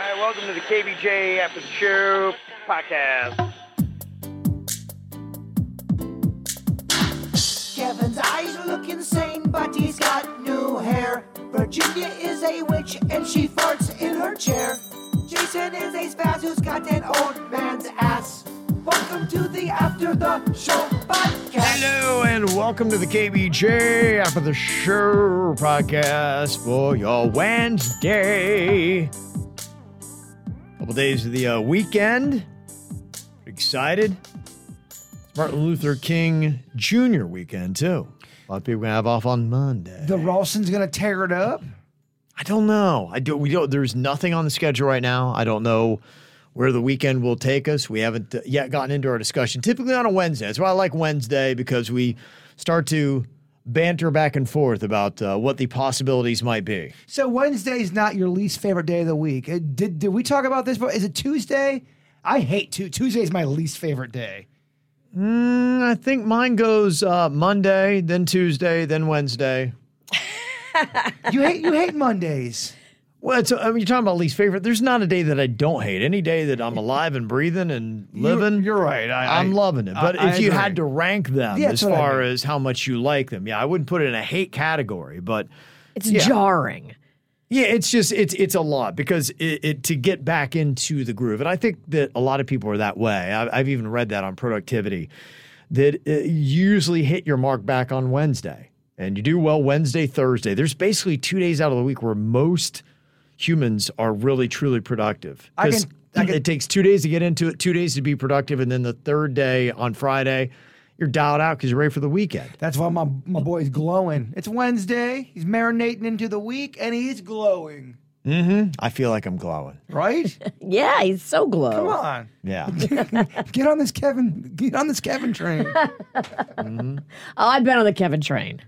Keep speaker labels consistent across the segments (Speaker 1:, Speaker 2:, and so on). Speaker 1: All right, welcome to the KBJ After the Show podcast.
Speaker 2: Kevin's eyes look insane, but he's got new hair. Virginia is a witch and she farts in her chair. Jason is a spaz who's got an old man's ass. Welcome to the After the Show podcast.
Speaker 1: Hello and welcome to the KBJ After the Show podcast for your Wednesday. Couple days of the uh, weekend. Excited. It's Martin Luther King Jr. weekend too. A lot of people gonna have off on Monday.
Speaker 3: The Rawson's gonna tear it up.
Speaker 1: I don't know. I do. We don't. There's nothing on the schedule right now. I don't know where the weekend will take us. We haven't uh, yet gotten into our discussion. Typically on a Wednesday. That's why I like Wednesday because we start to banter back and forth about uh, what the possibilities might be.
Speaker 3: So Wednesday's not your least favorite day of the week. Uh, Did did we talk about this? But is it Tuesday? I hate Tu Tuesday's my least favorite day.
Speaker 1: Mm, I think mine goes uh, Monday, then Tuesday, then Wednesday.
Speaker 3: You hate you hate Mondays.
Speaker 1: Well, it's, I mean, you're talking about least favorite. There's not a day that I don't hate. Any day that I'm alive and breathing and living,
Speaker 3: you're right. I-
Speaker 1: am
Speaker 3: I-
Speaker 1: loving it. But
Speaker 3: I-
Speaker 1: if
Speaker 3: I
Speaker 1: you
Speaker 3: agree.
Speaker 1: had to rank them
Speaker 3: Yeah,
Speaker 1: as
Speaker 3: that's what I
Speaker 1: far
Speaker 3: mean.
Speaker 1: as how much you like them, yeah, I wouldn't put it in a hate category. But
Speaker 4: It's
Speaker 1: Yeah.
Speaker 4: jarring.
Speaker 1: yeah, it's just it's it's a lot because it, it to get back into the groove, and I think that a lot of people are that way. I, I've even read that on productivity that uh, you usually hit your mark back on Wednesday, and you do well Wednesday, Thursday. There's basically two days out of the week where most humans are really truly productive.
Speaker 3: I
Speaker 1: 'Cause
Speaker 3: can- I can-
Speaker 1: it takes two days to get into it, two days to be productive, and then the third day on Friday, you're dialed out because you're ready for the weekend.
Speaker 3: That's why my my boy's glowing. It's Wednesday. He's marinating into the week and he's glowing.
Speaker 1: I feel like I'm glowing.
Speaker 3: Right?
Speaker 4: Yeah, he's so glow.
Speaker 3: Come on.
Speaker 1: Yeah.
Speaker 3: Get on this Kevin. Get on this Kevin train.
Speaker 4: Oh, I've been on the Kevin train.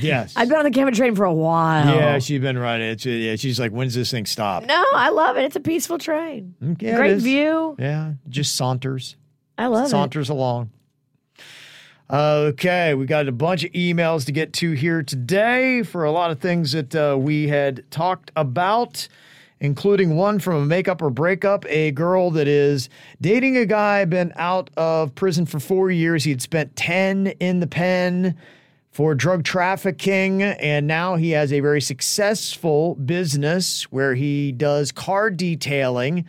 Speaker 1: yes.
Speaker 4: I've been on the Kevin train for a while.
Speaker 1: Yeah, she's been right. It's, yeah, she's like, when's this thing stop?
Speaker 4: No, I love it. It's a peaceful train.
Speaker 1: Yeah, it
Speaker 4: Great
Speaker 1: is.
Speaker 4: view.
Speaker 1: Yeah, just saunters,
Speaker 4: I love it.
Speaker 1: saunters along. Okay, we got a bunch of emails to get to here today for a lot of things that uh, we had talked about, including one from a makeup or breakup, a girl that is dating a guy, been out of prison for four years. He had spent 10 in the pen. for drug trafficking, and now he has a very successful business where he does car detailing.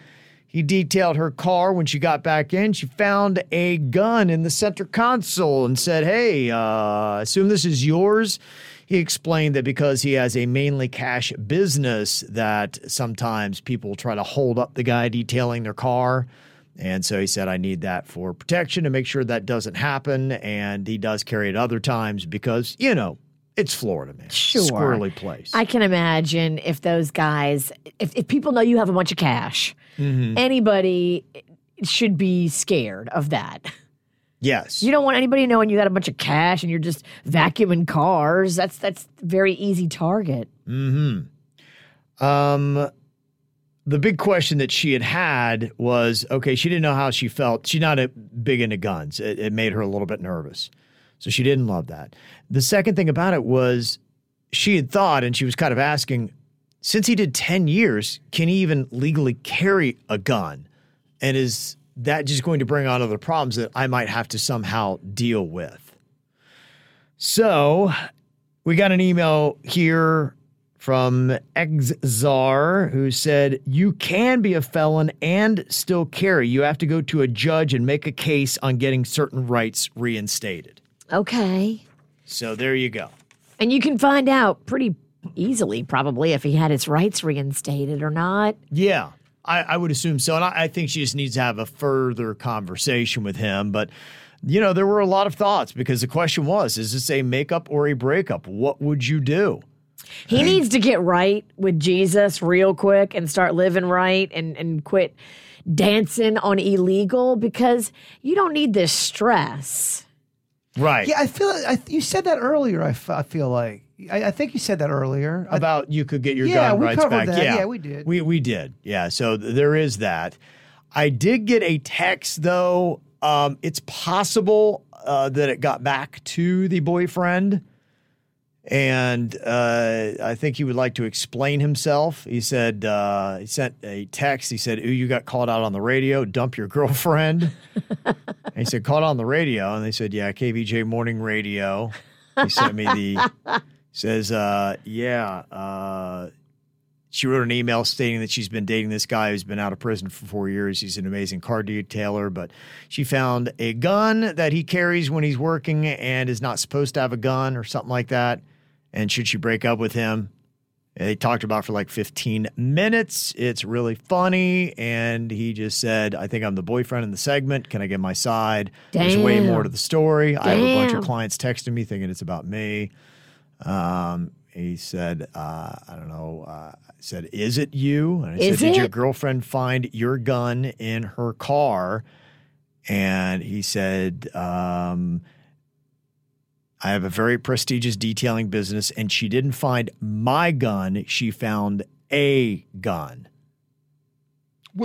Speaker 1: He detailed her car when she got back in. She found a gun in the center console and said, Hey, uh, I assume this is yours. He explained that because he has a mainly cash business, that sometimes people try to hold up the guy detailing their car. And so he said, I need that for protection to make sure that doesn't happen. And he does carry it other times because, you know, it's Florida, man.
Speaker 4: Sure.
Speaker 1: Squirrely place.
Speaker 4: I can imagine if those guys, if, if people know you have a bunch of cash,
Speaker 1: Mm-hmm.
Speaker 4: anybody should be scared of that.
Speaker 1: yes.
Speaker 4: You don't want anybody knowing you got a bunch of cash and you're just vacuuming cars. That's that's a very easy target.
Speaker 1: um, the big question that she had had was okay, she didn't know how she felt. She's not a, big into guns, it, it made her a little bit nervous. So she didn't love that. The second thing about it was she had thought, and she was kind of asking, since he did 10 years, can he even legally carry a gun? And is that just going to bring on other problems that I might have to somehow deal with? So we got an email here from Exzar who said, You can be a felon and still carry. You have to go to a judge and make a case on getting certain rights reinstated.
Speaker 4: Okay.
Speaker 1: So there you go.
Speaker 4: And you can find out pretty easily, probably, if he had his rights reinstated or not.
Speaker 1: Yeah, I, I would assume so. And I, I think she just needs to have a further conversation with him. But, you know, there were a lot of thoughts because the question was is this a makeup or a breakup? What would you do?
Speaker 4: He needs to get right with Jesus real quick and start living right and, and quit dancing on illegal because you don't need this stress.
Speaker 1: Right.
Speaker 3: Yeah, I feel. I, you said that earlier. I, f- I feel like. I, I think you said that earlier. I-
Speaker 1: about you could get your
Speaker 3: Yeah,
Speaker 1: gun
Speaker 3: we
Speaker 1: rights
Speaker 3: covered
Speaker 1: back.
Speaker 3: that. Yeah, we did.
Speaker 1: We we did. Yeah. So th- there is that. I did get a text though. Um, it's possible uh, that it got back to the boyfriend, and uh, I think he would like to explain himself. He said uh, he sent a text. He said, "Ooh, you got called out on the radio. Dump your girlfriend." and he said, "Called on the radio," and they said, "Yeah, KVJ morning radio." He sent me the says, uh, yeah, uh, she wrote an email stating that she's been dating this guy who's been out of prison for four years. He's an amazing car detailer, but she found a gun that he carries when he's working and is not supposed to have a gun or something like that. And should she break up with him? And They talked about it for like 15 minutes. It's really funny. And he just said, I think I'm the boyfriend in the segment. Can I get my side? There's way
Speaker 4: Damn.
Speaker 1: more to the story. I have a bunch
Speaker 4: Damn.
Speaker 1: of clients texting me thinking it's about me. Um, he said, uh, I don't know. Uh, I said, is it you? And I
Speaker 4: Is
Speaker 1: said, did your
Speaker 4: it?
Speaker 1: girlfriend find your gun in her car? And he said, um, I have a very prestigious detailing business, and she didn't find my gun. She found a gun.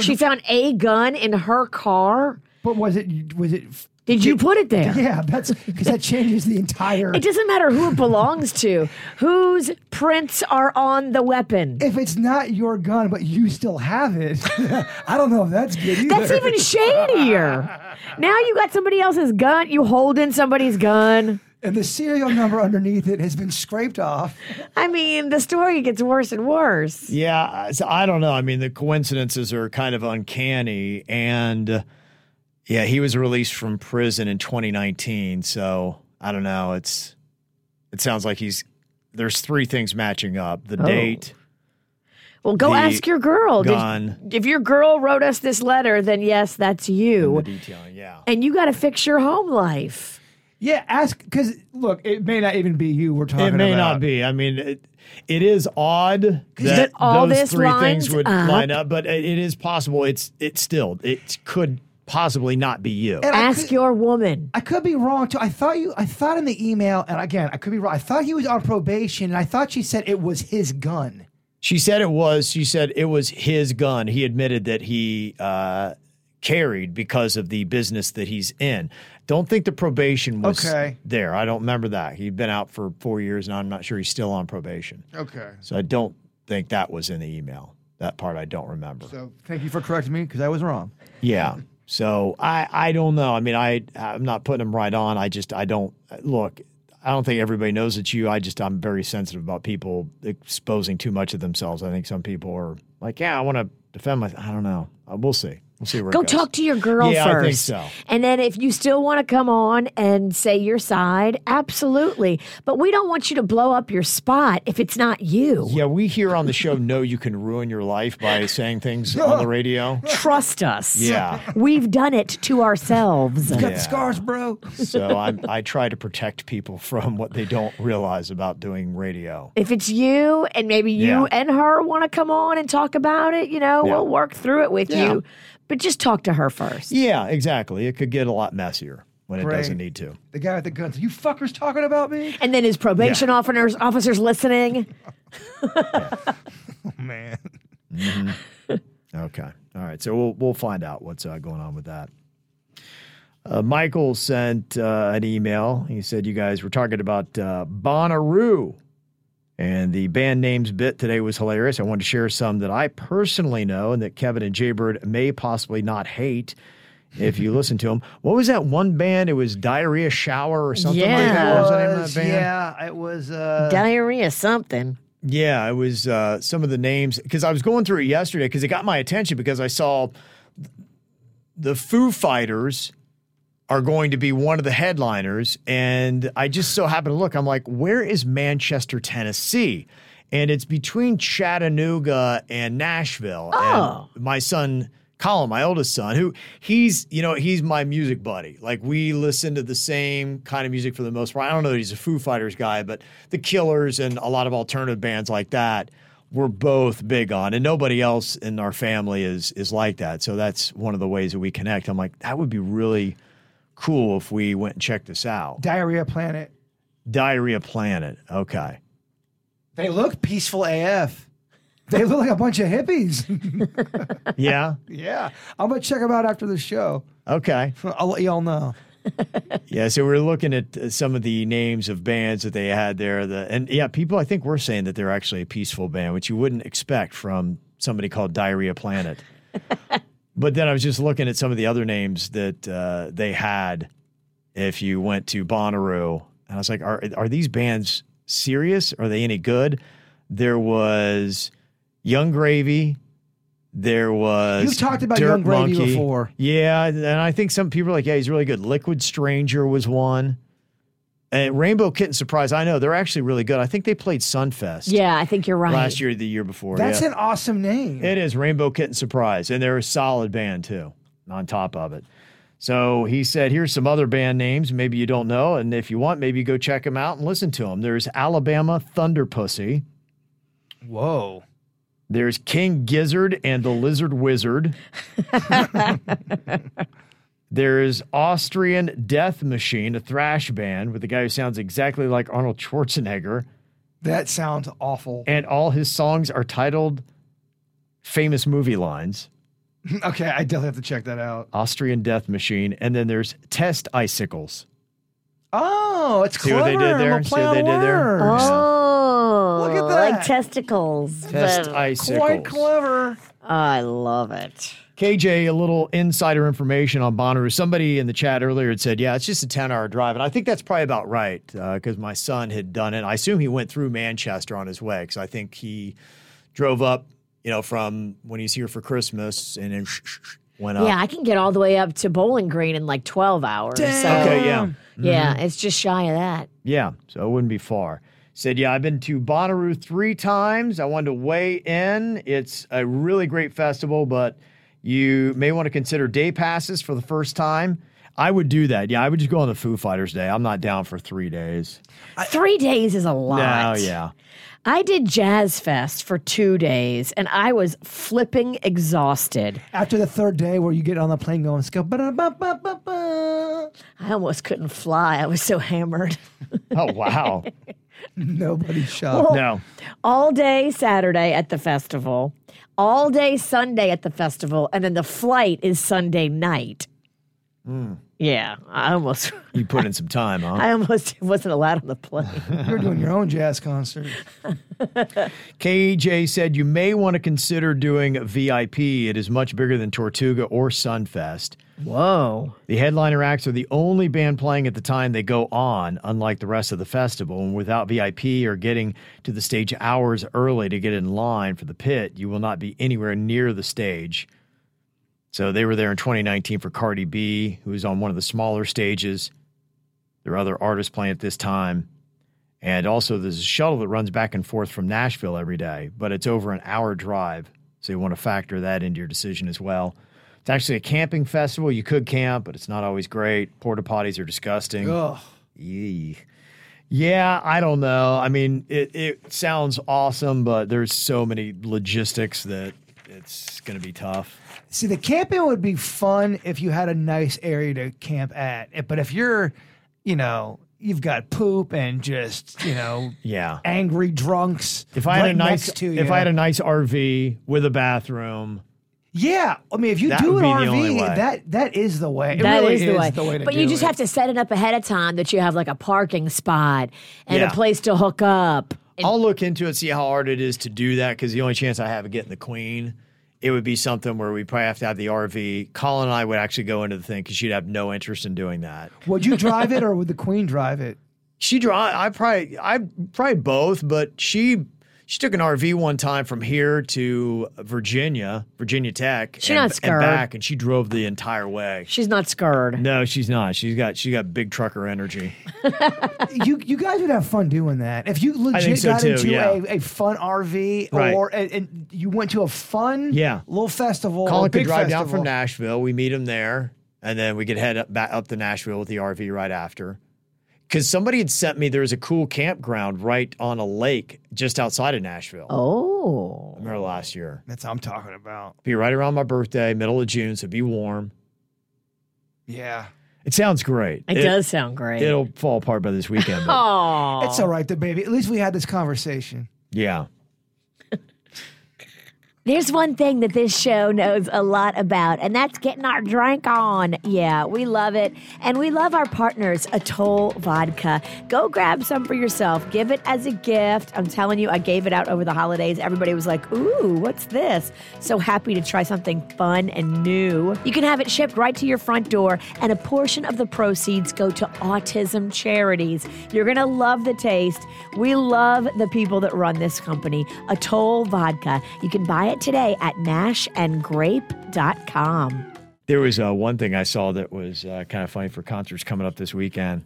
Speaker 4: She found a gun in her car.
Speaker 3: but was it? Was it? f-
Speaker 4: Did you put it there?
Speaker 3: Yeah, that's because that changes the entire.
Speaker 4: It doesn't matter who it belongs to, whose prints are on the weapon.
Speaker 3: if it's not your gun, but you still have it, I don't know if that's good either.
Speaker 4: That's even shadier. Now you got somebody else's gun. You holding somebody's gun.
Speaker 3: and the serial number underneath it has been scraped off.
Speaker 4: I mean, the story gets worse and worse.
Speaker 1: Yeah, I- so I don't know. I mean, the coincidences are kind of uncanny. And uh, yeah, he was released from prison in 2019. So I don't know. It's it sounds like he's there's three things matching up: the date,
Speaker 4: Well, go
Speaker 1: The
Speaker 4: ask your girl. Did-
Speaker 1: gun,
Speaker 4: if your girl wrote us this letter, then yes, that's you.
Speaker 1: the detailing. Yeah,
Speaker 4: And you got to fix your home life.
Speaker 3: Yeah, ask because look, it may not even be you we're talking
Speaker 1: it
Speaker 3: about.
Speaker 1: may not be. I mean, it, it is odd that,
Speaker 4: that all
Speaker 1: those
Speaker 4: this
Speaker 1: three things
Speaker 4: lines
Speaker 1: would
Speaker 4: up.
Speaker 1: line up, but it, it is possible. It's it's still it could possibly not be you.
Speaker 3: And I
Speaker 4: Ask
Speaker 3: could-
Speaker 4: your woman.
Speaker 3: I could be wrong too. I thought you. I thought in the email, and again, I could be wrong. I thought he was on probation, and I thought she said it was his gun.
Speaker 1: She said it was. She said it was his gun. He admitted that he uh, carried because of the business that he's in. Don't think the probation was
Speaker 3: Okay.
Speaker 1: there. I don't remember that. He'd been out for four years, and I'm not sure he's still on probation.
Speaker 3: Okay.
Speaker 1: So I don't think that was in the email. That part I don't remember.
Speaker 3: So thank you for correcting me because I was wrong.
Speaker 1: Yeah. So I I don't know. I mean I I'm not putting them right on. I just I don't look. I don't think everybody knows it's you. I just I'm very sensitive about people exposing too much of themselves. I think some people are like, yeah, I want to defend my. I don't know. Uh, we'll see. We'll see where
Speaker 4: Go
Speaker 1: it goes.
Speaker 4: talk to your girl
Speaker 1: Yeah, I think
Speaker 4: first.
Speaker 1: so.
Speaker 4: And then if you still want to come on and say your side, absolutely. But we don't want you to blow up your spot if it's not you.
Speaker 1: Yeah, we here on the show know you can ruin your life by saying things on the radio.
Speaker 4: Trust us.
Speaker 1: Yeah.
Speaker 4: We've done it to ourselves.
Speaker 3: Got
Speaker 1: Yeah.
Speaker 3: the scars, bro.
Speaker 1: So I'm, I try to protect people from what they don't realize about doing radio.
Speaker 4: If it's you and maybe you
Speaker 1: Yeah.
Speaker 4: and her want to come on and talk about it, you know,
Speaker 1: Yeah.
Speaker 4: we'll work through it with
Speaker 1: Yeah.
Speaker 4: you. But just talk to her first.
Speaker 1: Yeah, exactly. It could get a lot messier when it
Speaker 3: Great.
Speaker 1: doesn't need to.
Speaker 3: The guy with the gun. You fuckers talking about me?
Speaker 4: And then his probation officers, officers listening.
Speaker 3: Man.
Speaker 1: Okay. All right. So we'll we'll find out what's uh, going on with that. Uh, Michael sent uh, an email. He said you guys were talking about uh, Bonnaroo, and the band names bit today was hilarious. I wanted to share some that I personally know and that Kevin and Jaybird may possibly not hate if you listen to them. What was that one band? It was Diarrhea Shower or something like that. What was the name of
Speaker 3: Was-
Speaker 1: that band?
Speaker 3: yeah, it was. Uh,
Speaker 4: Diarrhea, something.
Speaker 1: Yeah, it was uh, some of the names because I was going through it yesterday because it got my attention because I saw the Foo Fighters are going to be one of the headliners, and I just so happened to look. I'm like, where is Manchester, Tennessee? And it's between Chattanooga and Nashville.
Speaker 4: Oh.
Speaker 1: And my son Colin, my oldest son, who he's, you know, he's my music buddy. Like we listen to the same kind of music for the most part. I don't know that he's a Foo Fighters guy, but the Killers and a lot of alternative bands like that we're both big on. And nobody else in our family is is like that. So that's one of the ways that we connect. I'm like, that would be really cool if we went and checked this out.
Speaker 3: Diarrhea Planet.
Speaker 1: Diarrhea Planet. Okay.
Speaker 3: They look peaceful AF. They look like a bunch of hippies.
Speaker 1: Yeah.
Speaker 3: yeah. I'm going to check them out after the show.
Speaker 1: Okay.
Speaker 3: I'll let y'all know.
Speaker 1: Yeah, so we're looking at uh, some of the names of bands that they had there. The and yeah, people I think were saying that they're actually a peaceful band, which you wouldn't expect from somebody called Diarrhea Planet. but then I was just looking at some of the other names that uh, they had. If you went to Bonnaroo, and I was like, are are these bands serious? Are they any good? There was Young Gravy. There was
Speaker 3: You've talked about
Speaker 1: Dirt
Speaker 3: Young Gravy
Speaker 1: Monkey.
Speaker 3: before.
Speaker 1: Yeah, and I think some people are like, yeah, he's really good. Liquid Stranger was one. And Rainbow Kitten Surprise, I know they're actually really good. I think they played Sunfest
Speaker 4: Yeah, I think you're right.
Speaker 1: last year, or the year before.
Speaker 3: That's
Speaker 1: yeah.
Speaker 3: an awesome name.
Speaker 1: It is Rainbow Kitten Surprise, and they're a solid band too. On top of it, so he said, "Here's some other band names. Maybe you don't know, and if you want, maybe go check them out and listen to them." There's Alabama Thunder Pussy.
Speaker 3: Whoa.
Speaker 1: There's King Gizzard and the Lizard Wizard. There's Austrian Death Machine, a thrash band with a guy who sounds exactly like Arnold Schwarzenegger,
Speaker 3: That sounds awful.
Speaker 1: and all his songs are titled famous movie lines.
Speaker 3: okay, I definitely have to check that out.
Speaker 1: Austrian Death Machine, and then there's Test Icicles.
Speaker 3: Oh, it's
Speaker 1: See
Speaker 3: clever.
Speaker 1: what they did there?
Speaker 3: Little
Speaker 1: See what
Speaker 3: play on
Speaker 1: they did there?
Speaker 3: words.
Speaker 4: Oh,
Speaker 3: Look at
Speaker 4: Like
Speaker 3: that.
Speaker 4: testicles.
Speaker 1: Test
Speaker 4: but-
Speaker 1: Icicles.
Speaker 3: Oh, Quite clever.
Speaker 4: I love it.
Speaker 1: KJ, a little insider information on Bonnaroo. Somebody in the chat earlier had said, yeah, it's just a 10 hour drive. And I think that's probably about right because my son had done it. I assume he went through Manchester on his way because I think he drove up, you know, from when he's here for Christmas and then went up.
Speaker 4: Yeah, I can get all the way up to Bowling Green in like 12 hours. So,
Speaker 1: Okay, yeah. Mm-hmm.
Speaker 4: yeah, it's just shy of that.
Speaker 1: Yeah, so it wouldn't be far. Said, yeah, I've been to Bonnaroo three times. I wanted to weigh in. It's a really great festival, but you may want to consider day passes for the first time. I would do that. Yeah, I would just go on the Foo Fighters day. I'm not down for three days.
Speaker 4: Three days is a
Speaker 1: No,
Speaker 4: lot.
Speaker 1: yeah.
Speaker 4: I did Jazz Fest for two days and I was flipping exhausted.
Speaker 3: After the third day, where you get on the plane going, let go. ba-da-ba-ba-ba-ba.
Speaker 4: I almost couldn't fly. I was so hammered.
Speaker 1: Oh, wow.
Speaker 3: Nobody shot.
Speaker 1: no.
Speaker 4: all day Saturday at the festival, all day Sunday at the festival, and then the flight is Sunday night. Yeah, I almost,
Speaker 1: You put in some time, huh?
Speaker 4: I almost wasn't allowed on the plane.
Speaker 3: You're doing your own jazz concert.
Speaker 1: KJ E said you may want to consider doing VIP. It is much bigger than Tortuga or Sunfest.
Speaker 4: Whoa.
Speaker 1: The headliner acts are the only band playing at the time they go on, unlike the rest of the festival. And without VIP or getting to the stage hours early to get in line for the pit, you will not be anywhere near the stage. So they were there in 2019 for Cardi B, who was on one of the smaller stages. There are other artists playing at this time. And also, there's a shuttle that runs back and forth from Nashville every day, but it's over an hour drive. So you want to factor that into your decision as well. It's actually a camping festival. You could camp, but it's not always great. Porta potties are disgusting.
Speaker 3: Ugh.
Speaker 1: Yee. Yeah, I don't know. I mean, it, it sounds awesome, but there's so many logistics that it's going to be tough.
Speaker 3: See, the camping would be fun if you had a nice area to camp at. But if you're, you know, you've got poop and just, you know,
Speaker 1: Yeah.
Speaker 3: angry drunks.
Speaker 1: If I had
Speaker 3: right
Speaker 1: a nice
Speaker 3: next to you,
Speaker 1: if I had a nice RV with a bathroom,
Speaker 3: yeah, I mean, if you
Speaker 1: That
Speaker 3: do
Speaker 1: would
Speaker 3: an
Speaker 1: be the only way.
Speaker 3: RV, that that is the way. It
Speaker 4: That
Speaker 3: really
Speaker 4: is the way.
Speaker 3: to
Speaker 4: but you
Speaker 3: do
Speaker 4: just
Speaker 3: it.
Speaker 4: have to set it up ahead of time that you have like a parking spot and
Speaker 1: Yeah.
Speaker 4: a place to hook up.
Speaker 1: I'll look into it, see how hard it is to do that. Because the only chance I have of getting the queen, it would be something where we probably have to have the RV. Colin and I would actually go into the thing because she'd have no interest in doing that.
Speaker 3: Would you drive it or would the queen drive it?
Speaker 1: She drive. I probably I probably both, but she She took an RV one time from here to Virginia, Virginia Tech,
Speaker 4: She's
Speaker 1: and,
Speaker 4: not
Speaker 1: and
Speaker 4: scared.
Speaker 1: back, and she drove the entire way.
Speaker 4: She's not scared.
Speaker 1: No, she's not. She's got she got big trucker energy.
Speaker 3: you you guys would have fun doing that if you legit
Speaker 1: so
Speaker 3: got
Speaker 1: too,
Speaker 3: into
Speaker 1: yeah.
Speaker 3: a, a fun RV
Speaker 1: Right.
Speaker 3: or and, and you went to a fun
Speaker 1: Yeah.
Speaker 3: little festival. or
Speaker 1: Colin could
Speaker 3: big
Speaker 1: drive down
Speaker 3: festival.
Speaker 1: from Nashville. We meet him there, and then we could head up back up to Nashville with the RV right after. Because somebody had sent me there's a cool campground right on a lake just outside of Nashville.
Speaker 4: Oh.
Speaker 1: I remember last year.
Speaker 3: That's what I'm talking about.
Speaker 1: Be right around my birthday, middle of June, so be warm.
Speaker 3: Yeah.
Speaker 1: It sounds great.
Speaker 4: It, does sound great.
Speaker 1: It'll fall apart by this weekend. but
Speaker 4: Oh.
Speaker 3: It's all right, though, baby. At least we had this conversation.
Speaker 1: yeah.
Speaker 4: There's one thing that this show knows a lot about, and that's getting our drink on. Yeah, we love it. And we love our partners, Atoll Vodka. Go grab some for yourself. Give it as a gift. I'm telling you, I gave it out over the holidays. Everybody was like, ooh, what's this? So happy to try something fun and new. You can have it shipped right to your front door, and a portion of the proceeds go to autism charities. You're going to love the taste. We love the people that run this company, Atoll Vodka. You can buy it today at nashandgrape.com.
Speaker 1: There was uh, one thing I saw that was uh, kind of funny for concerts coming up this weekend.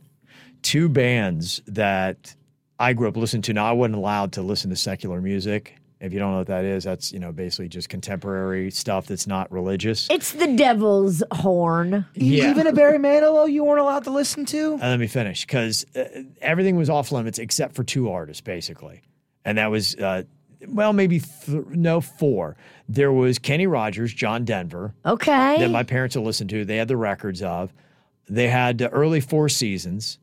Speaker 1: Two bands that I grew up listening to. Now I wasn't allowed to listen to secular music. If you don't know what that is, that's you know basically just contemporary stuff that's not religious.
Speaker 4: It's the devil's horn.
Speaker 3: E-
Speaker 1: Yeah.
Speaker 3: Even a Barry Manilow you weren't allowed to listen to?
Speaker 1: Uh, let me finish because uh, everything was off limits except for two artists, basically. And that was, uh, well, maybe th- no, four. There was Kenny Rogers, John Denver,
Speaker 4: Okay.
Speaker 1: that my parents would listen to. They had the records of. They had the early Four Seasons.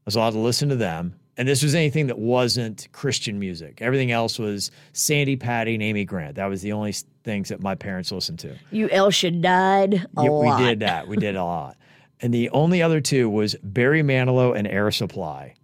Speaker 1: I was allowed to listen to them. And this was anything that wasn't Christian music. Everything else was Sandy Patty and Amy Grant. That was the only s- things that my parents listened to.
Speaker 4: you El Shaddad a
Speaker 1: Yeah,
Speaker 4: lot.
Speaker 1: we did that. We did a lot. And the only other two was Barry Manilow and Air Supply.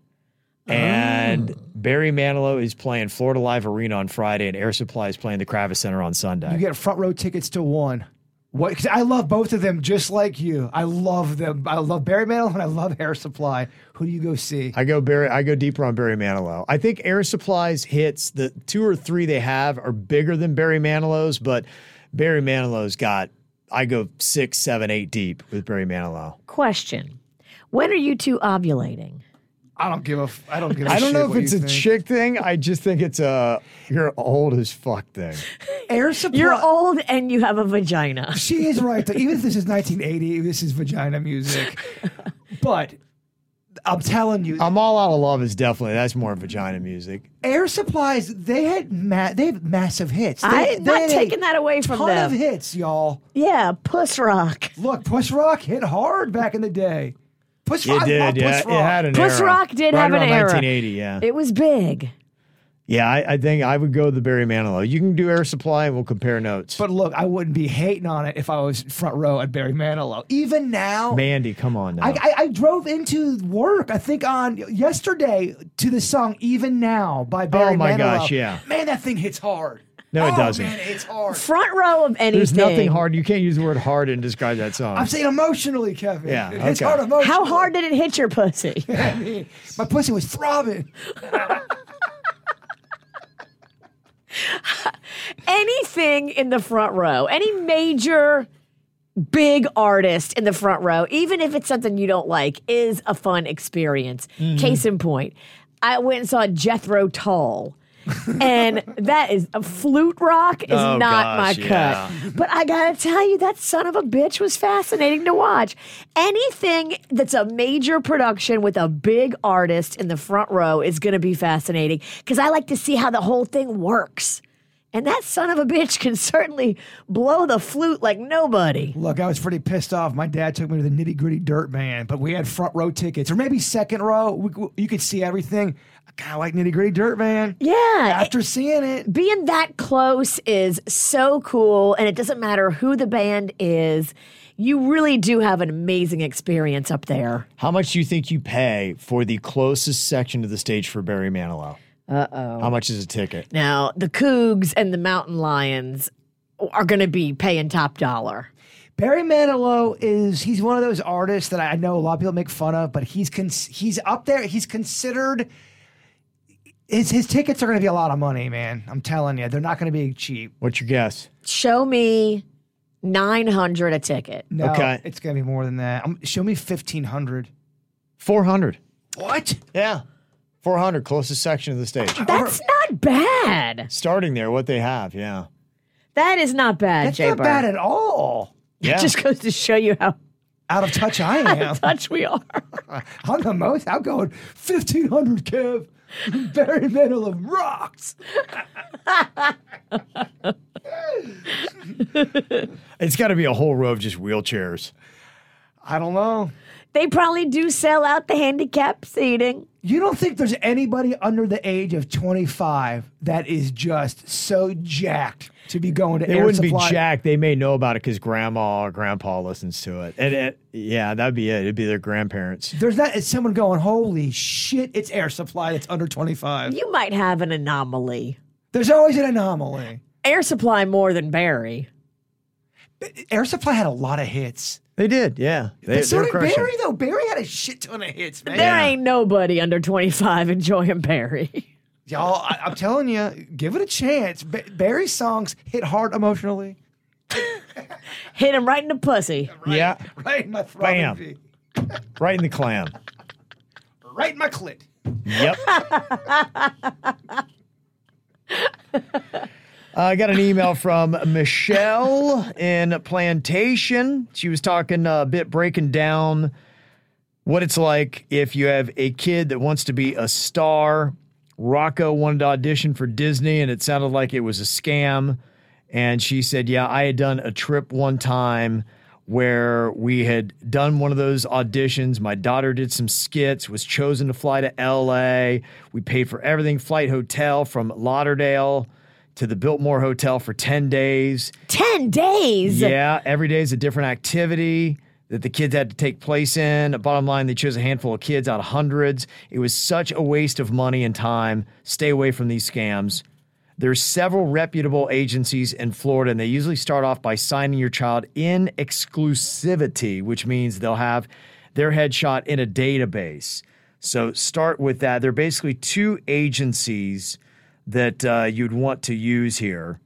Speaker 1: And
Speaker 4: Oh.
Speaker 1: Barry Manilow is playing Florida Live Arena on Friday, and Air Supply is playing the Kravis Center on Sunday.
Speaker 3: You get front row tickets to one. What? 'cause I love both of them just like you. I love them. I love Barry Manilow and I love Hair Supply. Who do you go see?
Speaker 1: I go Barry. I go deeper on Barry Manilow. I think Air Supply's hits, the two or three they have, are bigger than Barry Manilow's, but Barry Manilow's got. I go six, seven, eight deep with Barry Manilow.
Speaker 4: Question When are you two ovulating?
Speaker 3: I don't give a. F- I don't give. I
Speaker 1: I don't know if it's a
Speaker 3: think.
Speaker 1: chick thing. I just think it's a you're old as fuck thing.
Speaker 3: Air Supply.
Speaker 4: You're old and you have a vagina.
Speaker 3: She is right. Though. Even if this is 1980, this is vagina music. but I'm telling you,
Speaker 1: I'm all out of love is definitely that's more vagina music.
Speaker 3: Air Supplies. They had ma- they have massive hits. They,
Speaker 4: I'm
Speaker 3: they
Speaker 4: not
Speaker 3: had a
Speaker 4: taking that away from
Speaker 3: ton
Speaker 4: them.
Speaker 3: of hits, y'all.
Speaker 4: Yeah, puss rock.
Speaker 3: Look, Push Rock hit hard back in the day. Push
Speaker 1: It
Speaker 3: Rock, I love
Speaker 1: did, yeah.
Speaker 3: Push
Speaker 1: It
Speaker 3: Rock.
Speaker 1: had an
Speaker 4: Puss
Speaker 1: era.
Speaker 4: Rock did
Speaker 1: Right
Speaker 4: have an
Speaker 1: around
Speaker 4: era.
Speaker 1: 1980, yeah.
Speaker 4: It was big.
Speaker 1: yeah, I, I think I would go the Barry Manilow. You can do Air Supply and we'll compare notes.
Speaker 3: But look, I wouldn't be hating on it if I was front row at Barry Manilow. Even now,
Speaker 1: Mandy, come on now.
Speaker 3: I, I, I drove into work, I think on yesterday, to the song Even Now by Barry
Speaker 1: Oh my
Speaker 3: Manilow.
Speaker 1: gosh, yeah.
Speaker 3: Man, that thing hits hard.
Speaker 1: No, it
Speaker 3: Oh,
Speaker 1: doesn't.
Speaker 3: Man, it's hard.
Speaker 4: Front row of anything.
Speaker 1: There's nothing hard. You can't use the word hard and describe that song.
Speaker 3: I'm saying emotionally, Kevin.
Speaker 1: Yeah,
Speaker 3: It hits
Speaker 1: okay.
Speaker 3: hard emotionally.
Speaker 4: How hard did it hit your pussy?
Speaker 3: I mean, my pussy was throbbing.
Speaker 4: anything in the front row, any major big artist in the front row, even if it's something you don't like, is a fun experience.
Speaker 1: Mm-hmm.
Speaker 4: Case in point, I went and saw Jethro Tull. and that is a flute rock is
Speaker 1: Oh,
Speaker 4: not
Speaker 1: gosh,
Speaker 4: my
Speaker 1: yeah.
Speaker 4: cut. But I gotta tell you, that son of a bitch was fascinating to watch. Anything that's a major production with a big artist in the front row is gonna be fascinating because I like to see how the whole thing works. And that son of a bitch can certainly blow the flute like nobody.
Speaker 3: Look, I was pretty pissed off. My dad took me to the nitty gritty dirt band, but we had front row tickets or maybe second row. We, we- you could see everything. I kind of like nitty gritty dirt band.
Speaker 4: Yeah.
Speaker 3: After seeing it,
Speaker 4: being that close is so cool and it doesn't matter who the band is you really do have an amazing experience up there
Speaker 1: How much do you think you pay for the closest section to the stage for Barry Manilow? Uh oh. How much is a ticket?
Speaker 4: now the cougs and the mountain lions are going to be paying top dollar
Speaker 3: Barry Manilow is he's one of those artists that I know a lot of people make fun of, but he's cons- he's up there. He's considered his, his tickets are going to be a lot of money, man. I'm telling you, they're not going to be cheap.
Speaker 1: What's your guess?
Speaker 4: Show me 900 a ticket.
Speaker 3: No,
Speaker 1: Okay.
Speaker 3: it's going to be more than that. Um show me fifteen hundred.
Speaker 1: 400.
Speaker 3: What?
Speaker 1: Yeah. 400, closest section of the stage.
Speaker 4: That's not bad.
Speaker 1: Starting there, what they have, yeah.
Speaker 4: That is not bad,
Speaker 3: That's
Speaker 4: Jay
Speaker 3: not
Speaker 4: Burr.
Speaker 3: bad at all.
Speaker 1: Yeah.
Speaker 4: Just goes to show you how
Speaker 3: Out of touch, I am.
Speaker 4: touch we are.
Speaker 3: I'm the most. I'm going fifteen hundred, Kev. Very middle of rocks.
Speaker 1: it's got to be a whole row of just wheelchairs.
Speaker 3: I don't know.
Speaker 4: They probably do sell out the handicap seating.
Speaker 3: You don't think there's anybody under the age of 25 that is just so jacked to be going to
Speaker 1: They
Speaker 3: air
Speaker 1: wouldn't
Speaker 3: supply?
Speaker 1: be jacked. They may know about it because grandma or grandpa listens to it. And it, yeah, that'd be it. It'd be their grandparents.
Speaker 3: There's not it's someone going, holy shit, it's air supply that's under 25.
Speaker 4: You might have an anomaly.
Speaker 3: There's always an anomaly.
Speaker 4: Air supply more than Barry.
Speaker 3: Air supply had a lot of hits.
Speaker 1: They did, yeah. They,
Speaker 3: But so
Speaker 1: they're
Speaker 3: did
Speaker 1: crushing.
Speaker 3: Barry, though. Barry had a shit ton of hits, man.
Speaker 4: There ain't nobody under 25 enjoying Barry.
Speaker 3: Y'all, I, I'm telling you, give it a chance. Ba- Barry's songs hit hard emotionally.
Speaker 4: Hit him right in the pussy.
Speaker 1: Yeah,
Speaker 3: Right in my throbbing
Speaker 1: Bam.
Speaker 3: V.
Speaker 1: right in the clam.
Speaker 3: Right in my clit.
Speaker 1: Yep. I got an email from Michelle in Plantation. She was talking uh, a bit, breaking down what it's like if you have a kid that wants to be a star. Rocco wanted to audition for Disney, and it sounded like it was a scam. And she said, Yeah, I had done a trip one time where we had done one of those auditions. My daughter did some skits, was chosen to fly to LA. We paid for everything flight, hotel from Lauderdale to the Biltmore Hotel for 10 days.
Speaker 4: 10 days.
Speaker 1: Yeah, every day is a different activity that the kids had to take place in. Bottom line, they chose a handful of kids out of hundreds. It was such a waste of money and time. Stay away from these scams. There's several reputable agencies in Florida, and they usually start off by signing your child in exclusivity, which means they'll have their headshot in a database. So start with that. There are basically two agencies that uh, you'd want to use here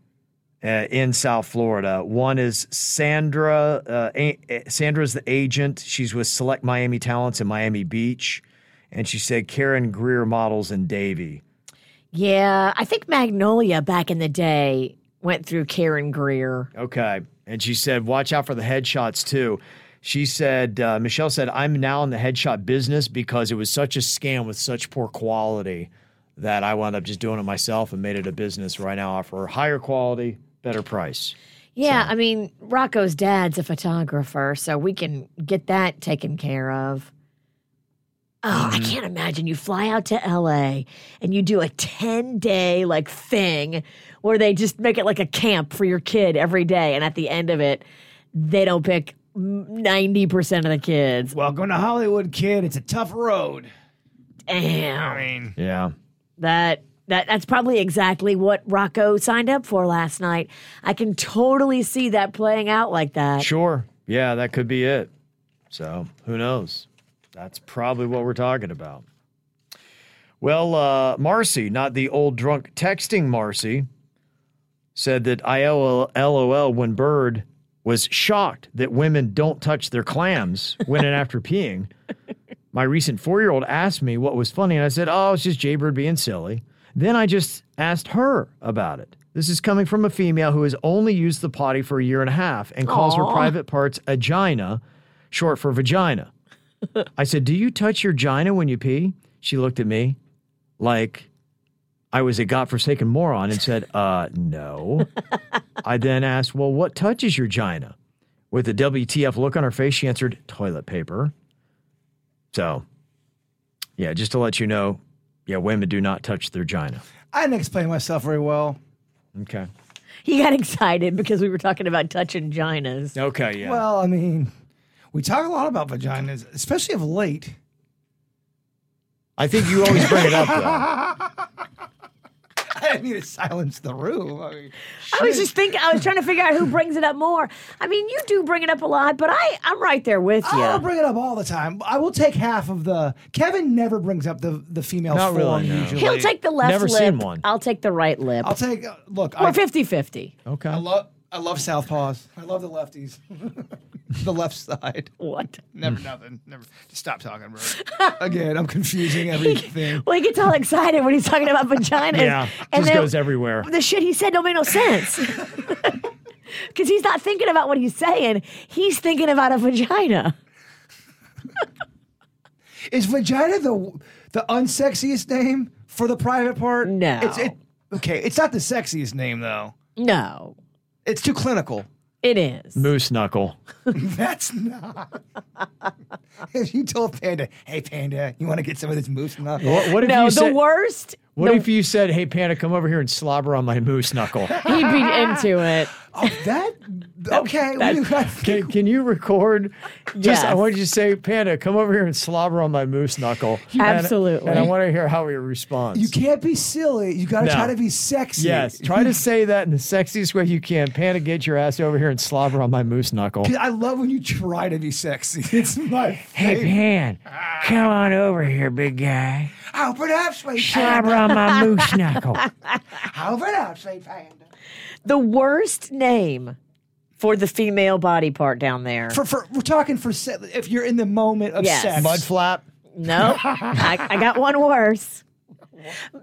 Speaker 1: uh, in South Florida. One is Sandra. Uh, a- a- Sandra's the agent. She's with Select Miami Talents in Miami Beach, and she said Karen Greer models in Davie.
Speaker 4: Yeah, I think Magnolia back in the day went through Karen Greer.
Speaker 1: Okay, and she said watch out for the headshots too. She said uh, Michelle said I'm now in the headshot business because it was such a scam with such poor quality that I wound up just doing it myself and made it a business. Right now, offer higher quality, better price.
Speaker 4: Yeah, I mean, Rocco's dad's a photographer, so we can get that taken care of. Oh, I can't imagine you fly out to LA and you do a 10 day like thing where they just make it like a camp for your kid every day. And at the end of it, they don't pick 90% of the kids.
Speaker 3: Welcome to Hollywood, kid. It's a tough road. I
Speaker 4: Damn.
Speaker 3: mean,
Speaker 1: Yeah.
Speaker 4: That that that's probably exactly what Rocco signed up for last night. I can totally see that playing out like that.
Speaker 1: Sure. Yeah, that could be it. So who knows? That's probably what we're talking about. Well, uh, Marcy, not the old drunk texting Marcy, said that ILOL when Bird was shocked that women don't touch their clams when and after peeing. My recent four year old asked me what was funny, and I said, Oh, it's just Jaybird being silly. Then I just asked her about it. This is coming from a female who has only used the potty for a year and a half and calls her
Speaker 4: Aw.
Speaker 1: private parts agina, short for vagina. I said, Do you touch your gina when you pee? She looked at me like I was a godforsaken moron and said, Uh, no. I then asked, Well, what touches your gina? With a WTF look on her face, she answered, Toilet paper. So, yeah, just to let you know, yeah, women do not touch their vagina.
Speaker 3: I didn't explain myself very well.
Speaker 1: Okay.
Speaker 4: He got excited because we were talking about touching ginas.
Speaker 1: Okay, yeah.
Speaker 3: Well, I mean, we talk a lot about vaginas, especially of late.
Speaker 1: I think you always bring it up, though.
Speaker 3: I didn't mean to silence the room. I mean,
Speaker 4: I was
Speaker 3: shit.
Speaker 4: just thinking. I was trying to figure out who brings it up more. I mean, you do bring it up a lot, but I I'm right there with you.
Speaker 3: I don't bring it up all the time. I will take half of the. Kevin never brings up the the female
Speaker 1: Not
Speaker 3: form
Speaker 1: really, no.
Speaker 3: usually.
Speaker 4: He'll take the left
Speaker 1: Never
Speaker 4: lip.
Speaker 1: seen one.
Speaker 4: I'll take the right lip.
Speaker 3: I'll take uh, look.
Speaker 4: We're
Speaker 3: I,
Speaker 4: 50-50.
Speaker 1: Okay.
Speaker 3: I love I love southpaws. I love the lefties. the left side.
Speaker 4: What?
Speaker 1: Hmm.
Speaker 3: Never nothing. Never. Just stop talking, bro. Again, I'm confusing everything.
Speaker 4: Well, he gets all excited when he's talking about vaginas.
Speaker 1: Yeah, just goes everywhere.
Speaker 4: The shit he said don't make no sense. Because he's not thinking about what he's saying. He's thinking about a vagina.
Speaker 3: Is vagina the the unsexiest name for the private part?
Speaker 4: No.
Speaker 3: It's it, okay. It's not the sexiest name though.
Speaker 4: No,
Speaker 3: It's too clinical.
Speaker 4: it is.
Speaker 1: Moose knuckle.
Speaker 3: That's not. if you told Panda, "Hey Panda, you want to get some of this moose?" Not
Speaker 1: What, what if
Speaker 4: No,
Speaker 1: you
Speaker 4: the
Speaker 1: said?
Speaker 4: worst.
Speaker 1: what
Speaker 4: the-
Speaker 1: if you said, "Hey, Panda, come over here and slobber on my moose knuckle"?
Speaker 4: he'd be into it?
Speaker 3: oh, that okay. we-
Speaker 1: Can, can you record? Just I
Speaker 4: Yes.
Speaker 1: want you to say, Panda, come over here and slobber on my moose knuckle. And-
Speaker 4: Absolutely.
Speaker 1: And I want to hear how he responds.
Speaker 3: you can't be silly. You got to
Speaker 1: No.
Speaker 3: try to be sexy.
Speaker 1: Yes. Try to say that in the sexiest way you can. Panda, get your ass over here and slobber on my moose knuckle.
Speaker 3: I love when you try to be sexy. It's my
Speaker 1: Hey,
Speaker 3: favorite.
Speaker 1: Pan, come on over here, big guy.
Speaker 3: Open up, sweet
Speaker 1: Slobber on my moose knuckle.
Speaker 3: panda. Open up, sweet panda.
Speaker 4: The worst name for the female body part down there.
Speaker 3: For, for we're talking for se- if you're in the moment of
Speaker 4: Yes.
Speaker 3: sex.
Speaker 1: Mud flap.
Speaker 4: No, I, I got one worse.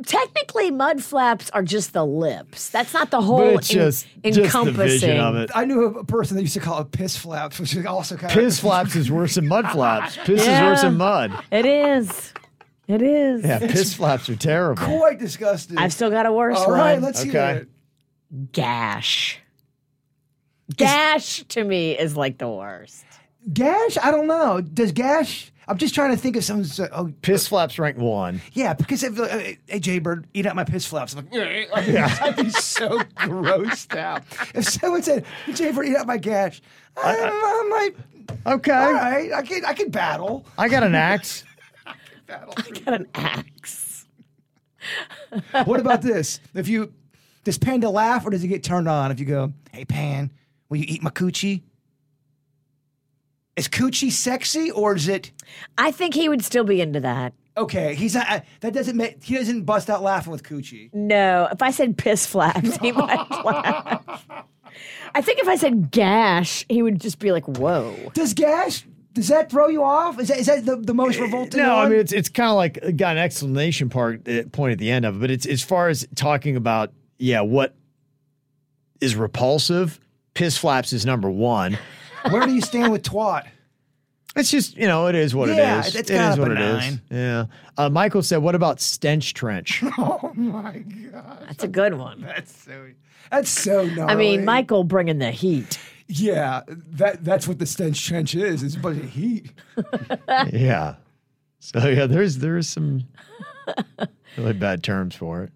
Speaker 4: Technically, mud flaps are just the lips. That's not the
Speaker 1: But
Speaker 4: whole
Speaker 1: it's just,
Speaker 4: en-
Speaker 1: just the
Speaker 4: encompassing.
Speaker 1: vision of it.
Speaker 3: I knew a person that used to call it piss flaps, which is also kind
Speaker 1: Piss
Speaker 3: of
Speaker 1: flaps is worse than mud flaps. Piss
Speaker 4: Yeah.
Speaker 1: is worse than mud.
Speaker 4: It is. It is.
Speaker 1: Yeah, piss flaps are terrible.
Speaker 3: quite disgusting.
Speaker 4: I've still got a worse
Speaker 3: All
Speaker 4: one.
Speaker 3: right, let's hear
Speaker 1: Okay.
Speaker 3: it.
Speaker 4: Gash. Gash to me is like the worst.
Speaker 3: Gash? I don't know. Does Gash? I'm just trying to think of some. so- Oh,
Speaker 1: Piss flaps rank one.
Speaker 3: yeah, because if uh, hey Jaybird, eat out my piss flaps. I'm like, yeah, I'd be so grossed out. If someone said, Jaybird, eat out my gash, I, I, might.
Speaker 1: Okay.
Speaker 3: All right, I can I can battle.
Speaker 1: I got an axe.
Speaker 4: Got an axe.
Speaker 3: What about this? If you does Panda laugh or does he get turned on if you go, "Hey Pan, will you eat my coochie?" Is coochie sexy or is it
Speaker 4: I think he would still be into that.
Speaker 3: okay? He's not. I- that doesn't make he doesn't bust out laughing with coochie.
Speaker 4: No, if I said piss flaps, he might laugh. I think if I said gash, he would just be like, whoa.
Speaker 3: Does gash? Does that throw you off? Is that is that the, the most revolting?
Speaker 1: No,
Speaker 3: one?
Speaker 1: I mean it's it's kind of like got an exclamation part uh, point at the end of it, but it's as far as talking about yeah, what is repulsive? Piss flaps is number one.
Speaker 3: where do you stand with twat?
Speaker 1: It's just you know it is what
Speaker 3: Yeah,
Speaker 1: it is.
Speaker 3: it's
Speaker 1: It
Speaker 3: kinda
Speaker 1: is what
Speaker 3: benign.
Speaker 1: it is. Yeah. Uh, Michael said, "What about stench trench?"
Speaker 4: Oh That's a good one.
Speaker 3: That's so. That's so gnarly.
Speaker 4: I mean, Michael bringing the heat.
Speaker 3: yeah, that that's what the stench trench is. It's a bunch of heat.
Speaker 1: yeah. So yeah, there's there's some really bad terms for it.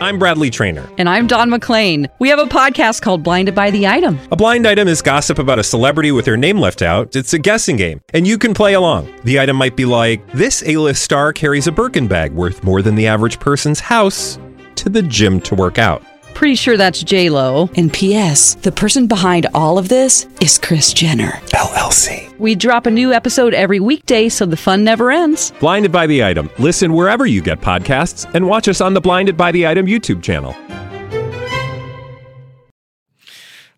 Speaker 5: I'm Bradley Trainer.
Speaker 6: And I'm Don McClain. We have a podcast called Blinded by the Item.
Speaker 5: A blind item is gossip about a celebrity with their name left out. It's a guessing game, and you can play along. The item might be like this: A-list star carries a Birkin bag worth more than the average person's house to the gym to work out.
Speaker 6: Pretty sure that's J Lo.
Speaker 7: And P.S. The person behind all of this is Chris Jenner.
Speaker 5: LLC.
Speaker 6: We drop a new episode every weekday, so the fun never ends.
Speaker 5: Blinded by the item. Listen wherever you get podcasts, and watch us on the Blinded by the Item YouTube channel.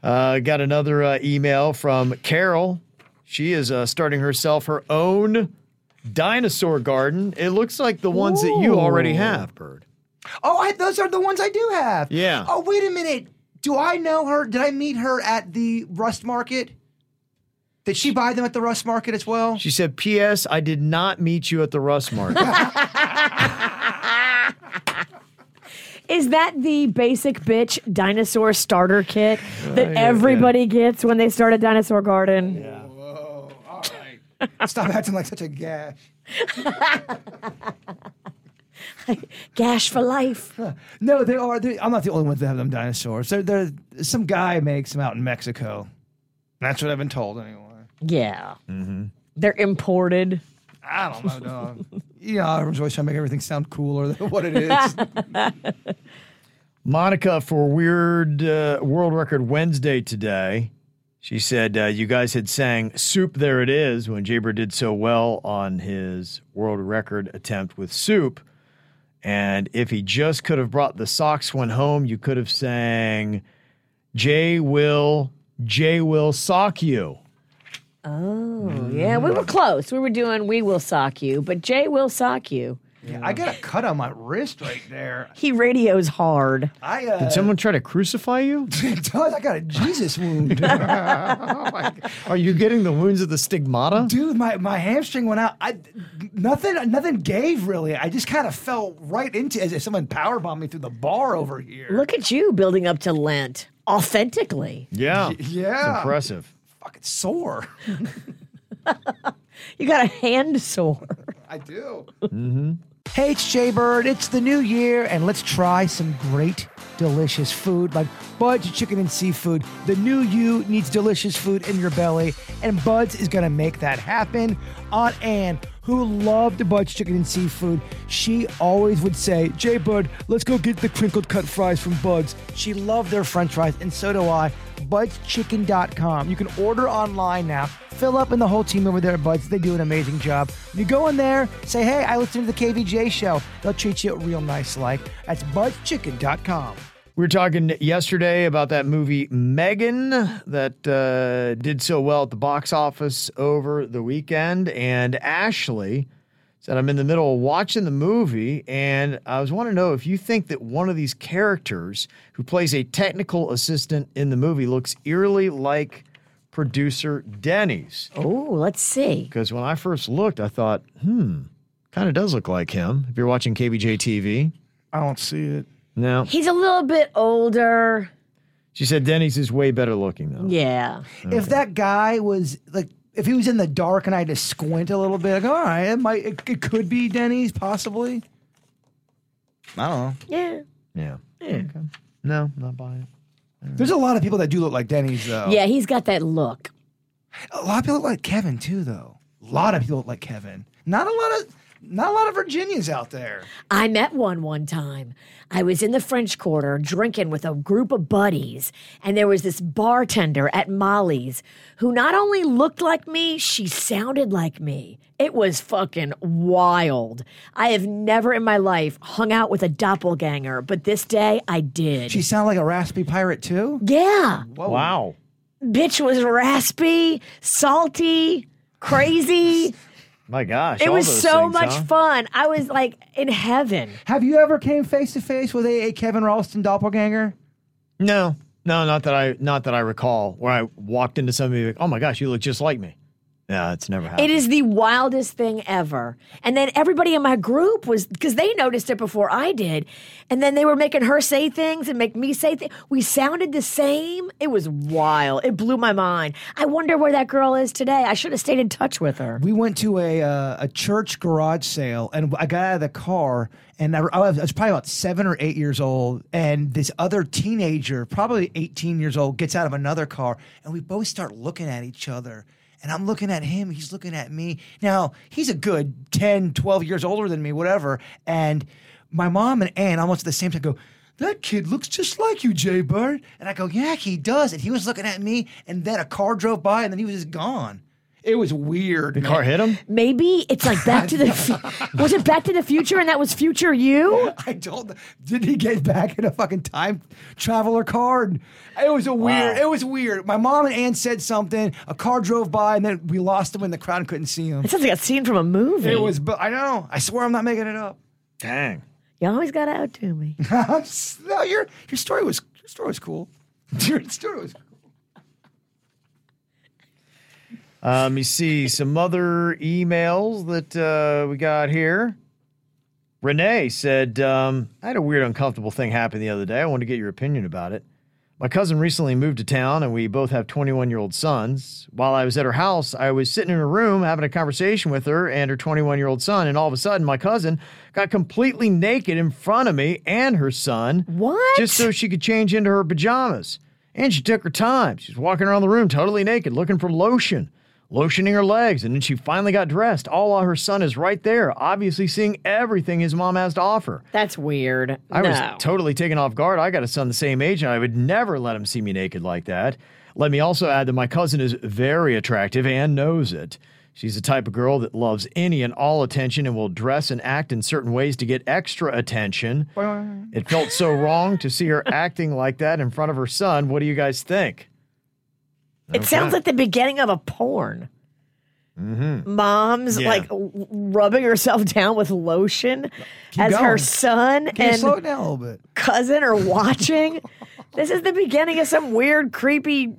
Speaker 1: Uh, got another uh, email from Carol. She is uh, starting herself her own dinosaur garden. It looks like the ones that you already have, Bird.
Speaker 3: Oh, I, those are the ones I do have.
Speaker 1: Yeah.
Speaker 3: Oh, wait a minute. Do I know her? Did I meet her at the Rust Market? Did she buy them at the Rust Market as well?
Speaker 1: She said, P.S. I did not meet you at the Rust Market.
Speaker 4: Is that the basic bitch dinosaur starter kit that everybody gets when they start a dinosaur garden?
Speaker 3: Stop acting like such a gash.
Speaker 4: Gash for life.
Speaker 3: No, they are. They, I'm not the only ones that have them dinosaurs. They're, they're, some guy makes them out in Mexico. That's what I've been told anyway.
Speaker 4: Yeah. They're imported.
Speaker 3: I don't know, dog. you know, everyone's always trying to make everything sound cooler than what it is.
Speaker 1: Monica for Weird uh, World Record Wednesday today. She said uh, you guys had sang "Soup There It Is" when Jaber did so well on his world record attempt with soup, and if he just could have brought the socks one home, you could have sang "Jay Will, Jay Will Sock You."
Speaker 4: Oh, yeah. We were close. We were doing We Will Sock You, but Jay will sock you.
Speaker 3: Yeah, I got a cut on my wrist right there.
Speaker 4: He radios hard.
Speaker 3: I uh,
Speaker 1: Did someone try to crucify you?
Speaker 3: it does. I got a Jesus wound.
Speaker 1: Are you getting the wounds of the stigmata?
Speaker 3: Oh Dude, my, my hamstring went out. I nothing nothing gave really. I just kind of fell right into as if someone power bombed me through the bar over here.
Speaker 4: Look at you building up to Lent authentically.
Speaker 1: Yeah.
Speaker 3: yeah.
Speaker 1: It's impressive.
Speaker 3: Fucking sore.
Speaker 4: You got a hand sore.
Speaker 3: I do. Hey, it's Jay Bird. It's the new year, and let's try some great, delicious food like Bud's Chicken and Seafood. The new you needs delicious food in your belly, and Bud's is going to make that happen. Aunt Anne, who loved Bud's Chicken and Seafood, she always would say, Jay Bird, let's go get the crinkled cut fries from Bud's. She loved their french fries, and so do I. Bud'sChicken.com. You can order online now. Philip and the whole team over there at Buds, they do an amazing job. You go in there, say, hey, I listened to the KVJ show. They'll treat you real nice like. That's budschicken.com.
Speaker 1: We were talking yesterday about that movie Megan that uh, did so well at the box office over the weekend. And Ashley said, I'm in the middle of watching the movie, and I was want to know if you think that one of these characters who plays a technical assistant in the movie looks eerily like producer Denny's.
Speaker 4: Oh, let's see.
Speaker 1: Because when I first looked, I thought, hmm, kind of does look like him. If you're watching KBJ TV,
Speaker 3: I don't see it.
Speaker 1: no.
Speaker 4: He's a little bit older.
Speaker 1: She said Denny's is way better looking though.
Speaker 4: Yeah.
Speaker 3: If that guy was like, if he was in the dark and I had to squint a little bit, like, all right, it might, it, it could be Denny's, possibly. I don't know.
Speaker 4: Yeah.
Speaker 1: Yeah. Okay. No, not buying it.
Speaker 3: There's a lot of people that do look like Denny's, though.
Speaker 4: Yeah, he's got that look.
Speaker 3: A lot of people look like Kevin too, though. A lot of people look like Kevin. Not a lot of, not a lot of Virginians out there.
Speaker 4: I met one one time. I was in the French Quarter drinking with a group of buddies, and there was this bartender at Molly's who not only looked like me, she sounded like me. It was fucking wild. I have never in my life hung out with a doppelganger, but this day I did.
Speaker 3: She sound like a raspy pirate too.
Speaker 4: yeah.
Speaker 1: Wow.
Speaker 4: Bitch was raspy, salty, crazy.
Speaker 1: My gosh.
Speaker 4: it
Speaker 1: all
Speaker 4: was
Speaker 1: those
Speaker 4: so
Speaker 1: things,
Speaker 4: much
Speaker 1: huh?
Speaker 4: fun. I was like in heaven.
Speaker 3: Have you ever came face to face with a, a Kevin Ralston doppelganger?
Speaker 1: No. No, not that I not that I recall where I walked into somebody like, "Oh my gosh, you look just like me." Yeah, it's never happened.
Speaker 4: It is the wildest thing ever. And then everybody in my group was because they noticed it before I did. And then they were making her say things and make me say things. We sounded the same. It was wild. It blew my mind. I wonder where that girl is today. I should have stayed in touch with her.
Speaker 3: We went to a uh, a church garage sale, and I got out of the car, and I, I was I was probably about seven or eight years old, and this other teenager, probably eighteen years old, gets out of another car, and we both start looking at each other. And I'm looking at him, he's looking at me. Now, he's a good 10, 12 years older than me, whatever. And my mom and Ann almost at the same time go, That kid looks just like you, Jay Bird. And I go, Yeah, he does. And he was looking at me, and then a car drove by, and then he was just gone. It was weird.
Speaker 1: the car hit him?
Speaker 4: Maybe it's like Back to the Fu- was it Back to the Future and that was Future You?
Speaker 3: I don't. Did he get back in a fucking time traveler card? It was a weird. It was weird. My mom and Ann said something. A car drove by, and then we lost him in the crowd and couldn't see him.
Speaker 4: It sounds like a scene from a movie.
Speaker 3: It was. But I know. I swear I'm not making it up.
Speaker 1: Dang.
Speaker 4: you always got out to me.
Speaker 3: I'm s- no, your your story was your story was cool. Your story was.
Speaker 1: Uh, let me see some other emails that uh, we got here. Renee said, um, I had a weird, uncomfortable thing happen the other day. I wanted to get your opinion about it. My cousin recently moved to town, and we both have 21 year old sons. While I was at her house, I was sitting in her room having a conversation with her and her 21 year old son, and all of a sudden, my cousin got completely naked in front of me and her son.
Speaker 4: What?
Speaker 1: Just so she could change into her pajamas. And she took her time. She's walking around the room totally naked, looking for lotion. lotioning her legs, and then she finally got dressed, all while her son is right there, obviously seeing everything his mom has to offer.
Speaker 4: That's weird.
Speaker 1: I
Speaker 4: no.
Speaker 1: was totally taken off guard. I got a son the same age, and I would never let him see me naked like that. Let me also add that my cousin is very attractive and knows it. She's the type of girl that loves any and all attention and will dress and act in certain ways to get extra attention. It felt so wrong to see her acting like that in front of her son. What do you guys think?
Speaker 4: It sounds like the beginning of a porn. Mom's
Speaker 3: Mm-hmm.
Speaker 1: Yeah.
Speaker 4: like w- rubbing herself down with lotion as her
Speaker 3: going.
Speaker 4: son
Speaker 3: Can you
Speaker 4: and
Speaker 3: slow it down a little bit?
Speaker 4: cousin are watching. this is the beginning of some weird, creepy,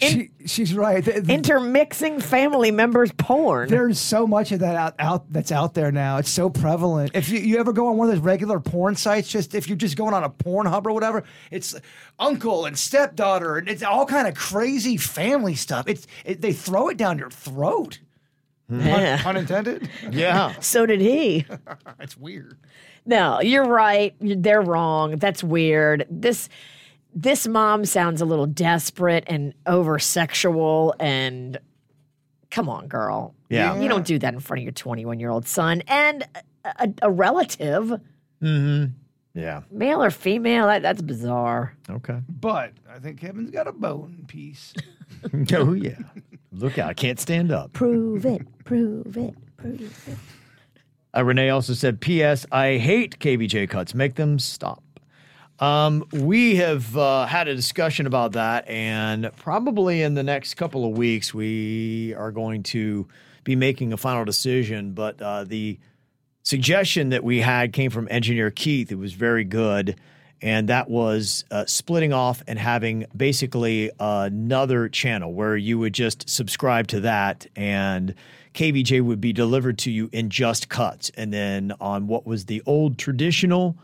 Speaker 3: she, she's right. Th- th-
Speaker 4: intermixing family members porn.
Speaker 3: There's so much of that out, out that's out there now. It's so prevalent. If you, you ever go on one of those regular porn sites, just if you're just going on a porn hub or whatever, it's uncle and stepdaughter and it's all kind of crazy family stuff. It's it, they throw it down your throat.
Speaker 4: Yeah.
Speaker 3: Pun intended.
Speaker 1: Yeah.
Speaker 4: so did he.
Speaker 3: That's weird.
Speaker 4: No, you're right. You- They're wrong. That's weird. This this mom sounds a little desperate and over sexual and come on, girl. You-
Speaker 1: Yeah.
Speaker 4: You, don't do that in front of your 21 year old son and a, a, a relative,
Speaker 1: Yeah.
Speaker 4: male or female. That, that's bizarre.
Speaker 1: Okay.
Speaker 3: But I think Kevin's got a bone piece.
Speaker 1: oh, yeah. Look out. I can't stand up.
Speaker 4: Prove it. Prove it. Prove it.
Speaker 1: Uh, Renee also said, P.S. I hate KBJ cuts. Make them stop. Um, we have uh, had a discussion about that, and probably in the next couple of weeks, we are going to be making a final decision. But uh, the suggestion that we had came from engineer Keith. It was very good. And that was uh, splitting off and having basically another channel where you would just subscribe to that and KVJ would be delivered to you in just cuts. And then on what was the old traditional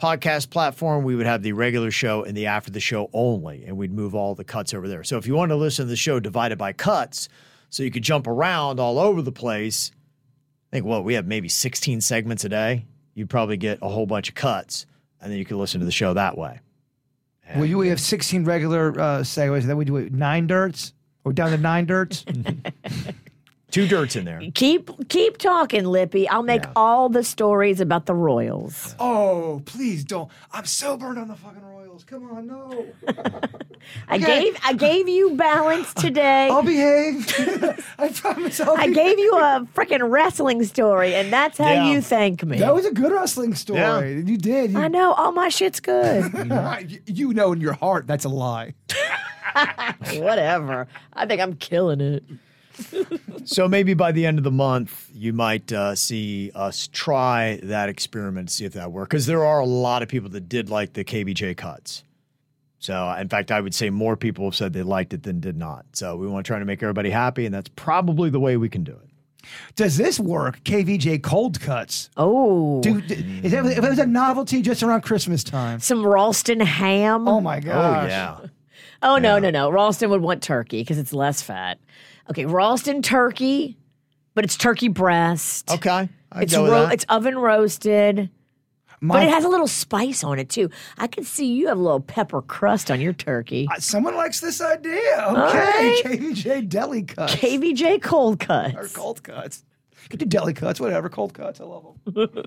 Speaker 1: podcast platform, we would have the regular show and the after the show only, and we'd move all the cuts over there. So if you wanted to listen to the show divided by cuts, so you could jump around all over the place, I think what we have maybe 16 segments a day. You'd probably get a whole bunch of cuts, and then you could listen to the show that way.
Speaker 3: Well, you we have 16 regular uh, segues. Then we do it, nine dirts. We're down to nine dirts.
Speaker 1: Two dirts in there.
Speaker 4: Keep keep talking, Lippy. I'll make all the stories about the Royals.
Speaker 3: oh, please don't! I'm so burned on the fucking Royals. Come on, no.
Speaker 4: I gave I gave you balance today.
Speaker 3: I'll behave. I promise I'll
Speaker 4: I
Speaker 3: behave.
Speaker 4: gave you a freaking wrestling story, and that's how
Speaker 1: Yeah.
Speaker 4: you thank me.
Speaker 3: That was a good wrestling story.
Speaker 1: Yeah.
Speaker 3: You did. You,
Speaker 4: I know all my shit's good.
Speaker 3: you know in your heart that's a lie.
Speaker 4: Whatever. I think I'm killing it.
Speaker 1: So maybe by the end of the month, you might uh, see us try that experiment, see if that works. Because there are a lot of people that did like the KBJ cuts. So, uh, in fact, I would say more people have said they liked it than did not. So, we want to try to make everybody happy, and that's probably the way we can do it.
Speaker 3: Does this work? KVJ cold cuts.
Speaker 4: Oh,
Speaker 3: Dude, d- is that, if it was a novelty just around Christmas time.
Speaker 4: some Ralston ham.
Speaker 3: Oh my gosh.
Speaker 1: Oh, yeah.
Speaker 4: Oh, no, no, no. Ralston would want turkey because it's less fat. Okay, Ralston turkey, but it's turkey breast.
Speaker 1: Okay. I
Speaker 4: It's
Speaker 1: go with
Speaker 4: ro-
Speaker 1: that.
Speaker 4: it's oven roasted,
Speaker 3: My,
Speaker 4: but it has a little spice on it too. I can see you have a little pepper crust on your turkey.
Speaker 3: someone likes this idea.
Speaker 4: right.
Speaker 3: Okay. KVJ deli cuts.
Speaker 4: KVJ cold
Speaker 3: or
Speaker 4: cuts.
Speaker 3: cold cuts. Get your deli cuts, whatever. Cold cuts. I love them.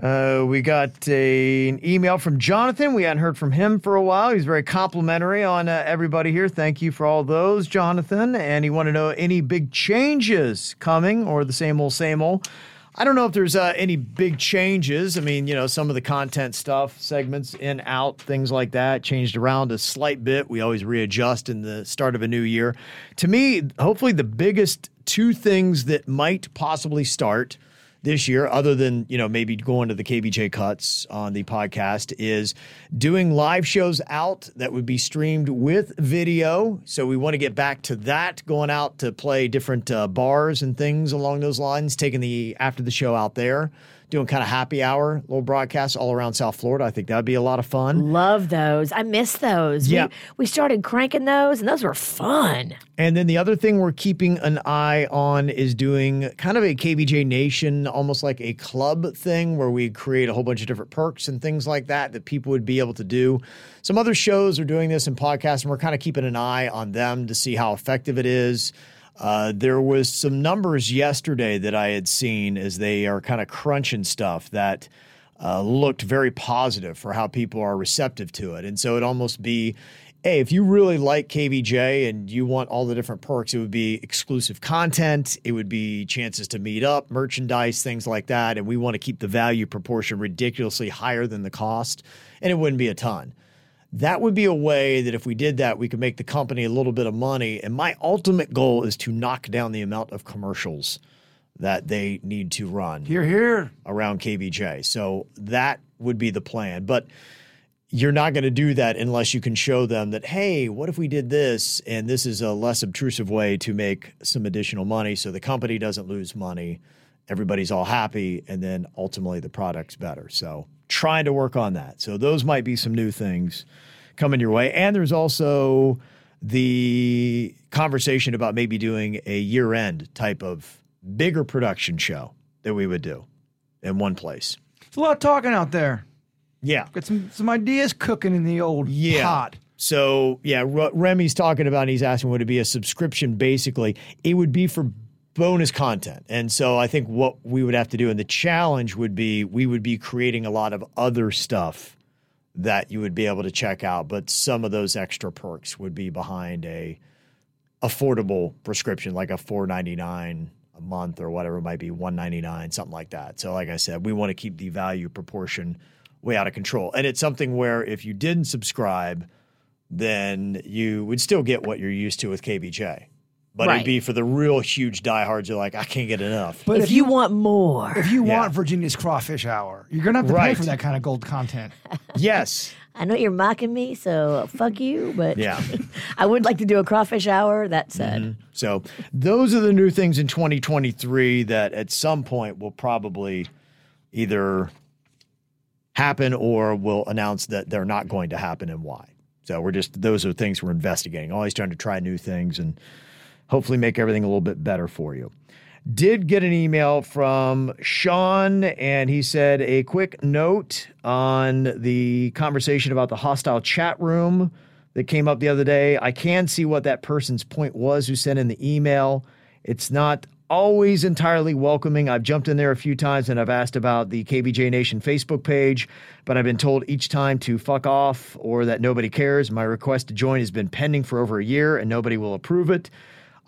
Speaker 1: Uh, we got a- an email from Jonathan. We hadn't heard from him for a while. He's very complimentary on uh, everybody here. Thank you for all those, Jonathan. And he wanted to know any big changes coming or the same old, same old. I don't know if there's uh, any big changes. I mean, you know, some of the content stuff, segments in, out, things like that, changed around a slight bit. We always readjust in the start of a new year. To me, hopefully, the biggest two things that might possibly start this year, other than you know maybe going to the KBJ cuts on the podcast, is doing live shows out that would be streamed with video. So we want to get back to that, going out to play different uh, bars and things along those lines, taking the after the show out there, doing kind of happy hour little broadcasts all around South Florida. I think that'd be a lot of fun.
Speaker 4: Love those. I miss those. We-
Speaker 1: Yeah.
Speaker 4: We, started cranking those, and those were fun.
Speaker 1: And then the other thing we're keeping an eye on is doing kind of a KBJ Nation, almost like a club thing where we create a whole bunch of different perks and things like that that people would be able to do. Some other shows are doing this in podcasts, and we're kind of keeping an eye on them to see how effective it is. Uh, there was some numbers yesterday that I had seen as they are kind of crunching stuff that uh, looked very positive for how people are receptive to it. And so it'd almost be, hey, if you really like KVJ and you want all the different perks, it would be exclusive content. It would be chances to meet up, merchandise, things like that. And we want to keep the value proportion ridiculously higher than the cost. And it wouldn't be a ton that would be a way that if we did that, we could make the company a little bit of money. And my ultimate goal is to knock down the amount of commercials that they need to run
Speaker 3: You're here.
Speaker 1: around KVJ. So that would be the plan. But you're not going to do that unless you can show them that, hey, what if we did this? And this is a less obtrusive way to make some additional money so the company doesn't lose money. Everybody's all happy. And then ultimately the product's better. So trying to work on that. So those might be some new things coming your way. And there's also the conversation about maybe doing a year end type of bigger production show that we would do in one place.
Speaker 3: It's a lot of talking out there.
Speaker 1: Yeah.
Speaker 3: Got some some ideas cooking in the old
Speaker 1: Yeah.
Speaker 3: pot.
Speaker 1: So, yeah, R- Remy's talking about, he's asking, would it be a subscription? Basically, it would be for bonus content. And so I think what we would have to do, and the challenge would be, we would be creating a lot of other stuff that you would be able to check out, but some of those extra perks would be behind a affordable prescription, like a four ninety nine a month or whatever it might be, one ninety nine, something like that. So, like I said, we want to keep the value proportion way out of control, and it's something where if you didn't subscribe, then you would still get what you're used to with KBJ. But
Speaker 4: Right.
Speaker 1: it'd be for the real huge diehards. You're like, I can't get enough.
Speaker 3: But
Speaker 4: if, you, want more,
Speaker 3: if you
Speaker 1: Yeah.
Speaker 3: want Virginia's crawfish hour, you're gonna have to pay
Speaker 1: Right.
Speaker 3: for that kind of gold content.
Speaker 1: yes,
Speaker 4: I know you're mocking me, so fuck you. But
Speaker 1: yeah.
Speaker 4: I would like to do a crawfish hour. That said,
Speaker 1: So those are the new things in 2023 that at some point will probably either happen or will announce that they're not going to happen and why. So we're just those are things we're investigating. Always trying to try new things and hopefully make everything a little bit better for you. Did get an email from Sean, and he said a quick note on the conversation about the hostile chat room that came up the other day. I can see what that person's point was who sent in the email. It's not always entirely welcoming. I've jumped in there a few times and I've asked about the KBJ Nation Facebook page, but I've been told each time to fuck off or that nobody cares. My request to join has been pending for over a year and nobody will approve it.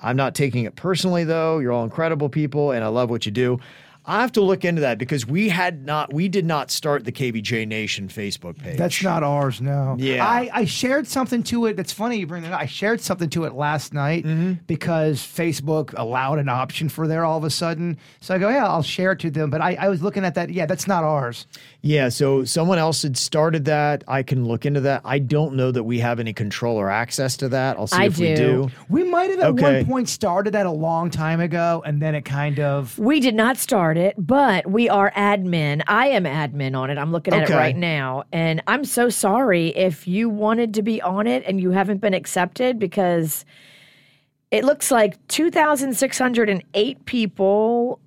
Speaker 1: I'm not taking it personally though. You're all incredible people and I love what you do. I have to look into that because we had not we did not start the KBJ Nation Facebook page.
Speaker 3: That's not ours, no.
Speaker 1: Yeah.
Speaker 3: I, I shared something to it. That's funny you bring that up. I shared something to it last night
Speaker 1: Mm-hmm.
Speaker 3: because Facebook allowed an option for there all of a sudden. So I go, yeah, I'll share it to them. But I, I was looking at that. Yeah, that's not ours.
Speaker 1: Yeah, so someone else had started that. I can look into that. I don't know that we have any control or access to that. I'll see
Speaker 4: I
Speaker 1: if we
Speaker 4: do.
Speaker 1: do.
Speaker 3: We might have at
Speaker 1: Okay.
Speaker 3: one point started that a long time ago and then it kind of.
Speaker 4: we did not start it, but we are admin. I am admin on it. I'm looking at
Speaker 1: Okay.
Speaker 4: it right now, and I'm so sorry if you wanted to be on it and you haven't been accepted because it looks like 2,608 people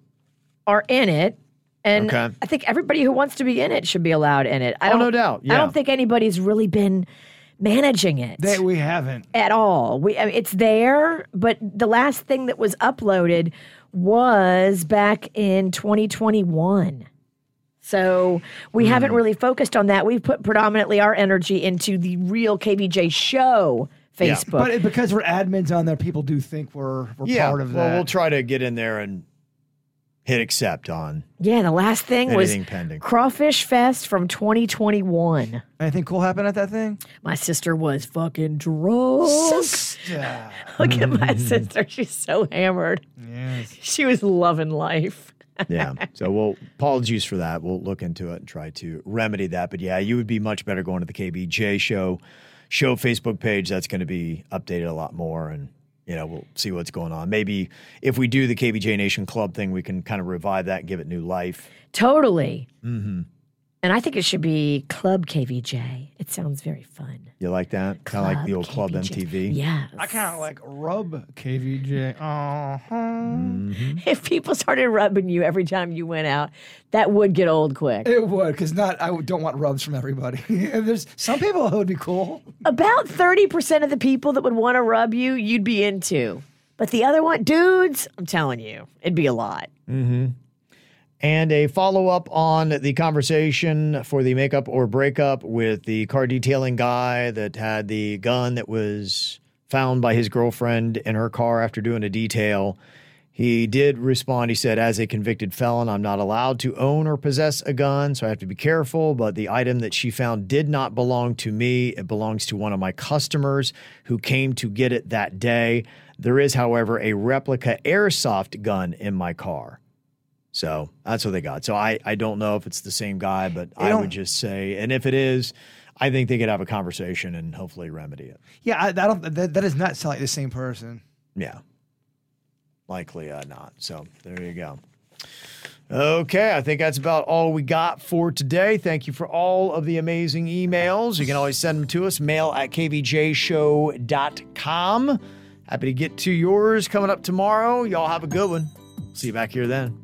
Speaker 4: are in it. And
Speaker 1: Okay.
Speaker 4: I think everybody who wants to be in it should be allowed in it. I
Speaker 1: Oh,
Speaker 4: don't,
Speaker 1: no doubt.
Speaker 4: I
Speaker 1: Yeah.
Speaker 4: don't think anybody's really been managing it
Speaker 3: That we haven't.
Speaker 4: at all. We I mean, it's there, but the last thing that was uploaded was back in 2021. So
Speaker 1: Hmm.
Speaker 4: we haven't really focused on that. We've put predominantly our energy into the real KBJ show
Speaker 1: Yeah.
Speaker 4: Facebook.
Speaker 3: But it, because we're admins on there, people do think we're, we're
Speaker 1: Yeah,
Speaker 3: part of
Speaker 1: well,
Speaker 3: that.
Speaker 1: we'll try to get in there and hit accept on
Speaker 4: yeah, the last thing was
Speaker 1: anything pending.
Speaker 4: Crawfish Fest from 2021.
Speaker 3: Anything cool happened at that thing?
Speaker 4: My sister was fucking drunk.
Speaker 3: Yeah.
Speaker 4: Look at
Speaker 1: Hmm.
Speaker 4: my sister. She's so hammered. She was loving life.
Speaker 1: yeah. So we'll apologies for that. We'll look into it and try to remedy that. But yeah, you would be much better going to the KBJ show show Facebook page. That's going to be updated a lot more and you know, we'll see what's going on. Maybe if we do the KBJ Nation Club thing, we can kind of revive that and give it new life.
Speaker 4: Totally. Mm-hmm. And I think it should be Club KVJ. It sounds very fun.
Speaker 1: You like that? Kind of like the old Club
Speaker 4: KVJ.
Speaker 1: MTV.
Speaker 4: Yes.
Speaker 3: I kind of like rub KVJ. Uh-huh.
Speaker 1: Mm-hmm.
Speaker 4: If people started rubbing you every time you went out, that would get old quick.
Speaker 3: It would, because not I don't want rubs from everybody. There's some people who would be cool.
Speaker 4: About 30% of the people that would want to rub you, you'd be into. But But the other one, dudes, I'm telling you, it'd be a lot.
Speaker 1: And a follow up on the conversation for the makeup or breakup with the car detailing guy that had the gun that was found by his girlfriend in her car after doing a detail. He did respond. He said, As a convicted felon, I'm not allowed to own or possess a gun, so I have to be careful. But the item that she found did not belong to me. It belongs to one of my customers who came to get it that day. There is, however, a replica airsoft gun in my car. So that's what they got. So I, I don't know if it's the same guy, but I
Speaker 3: don't-
Speaker 1: would just say, and if it is, I think they could have a conversation and hopefully remedy it.
Speaker 3: Yeah, I, I don't. That, that does not sound like the same person.
Speaker 1: Yeah. Likely uh, not. So there you go. Okay, I think that's about all we got for today. Thank you for all of the amazing emails. You can always send them to us, mail at kvjshow.com. Happy to get to yours coming up tomorrow. Y'all have a good one. See you back here then.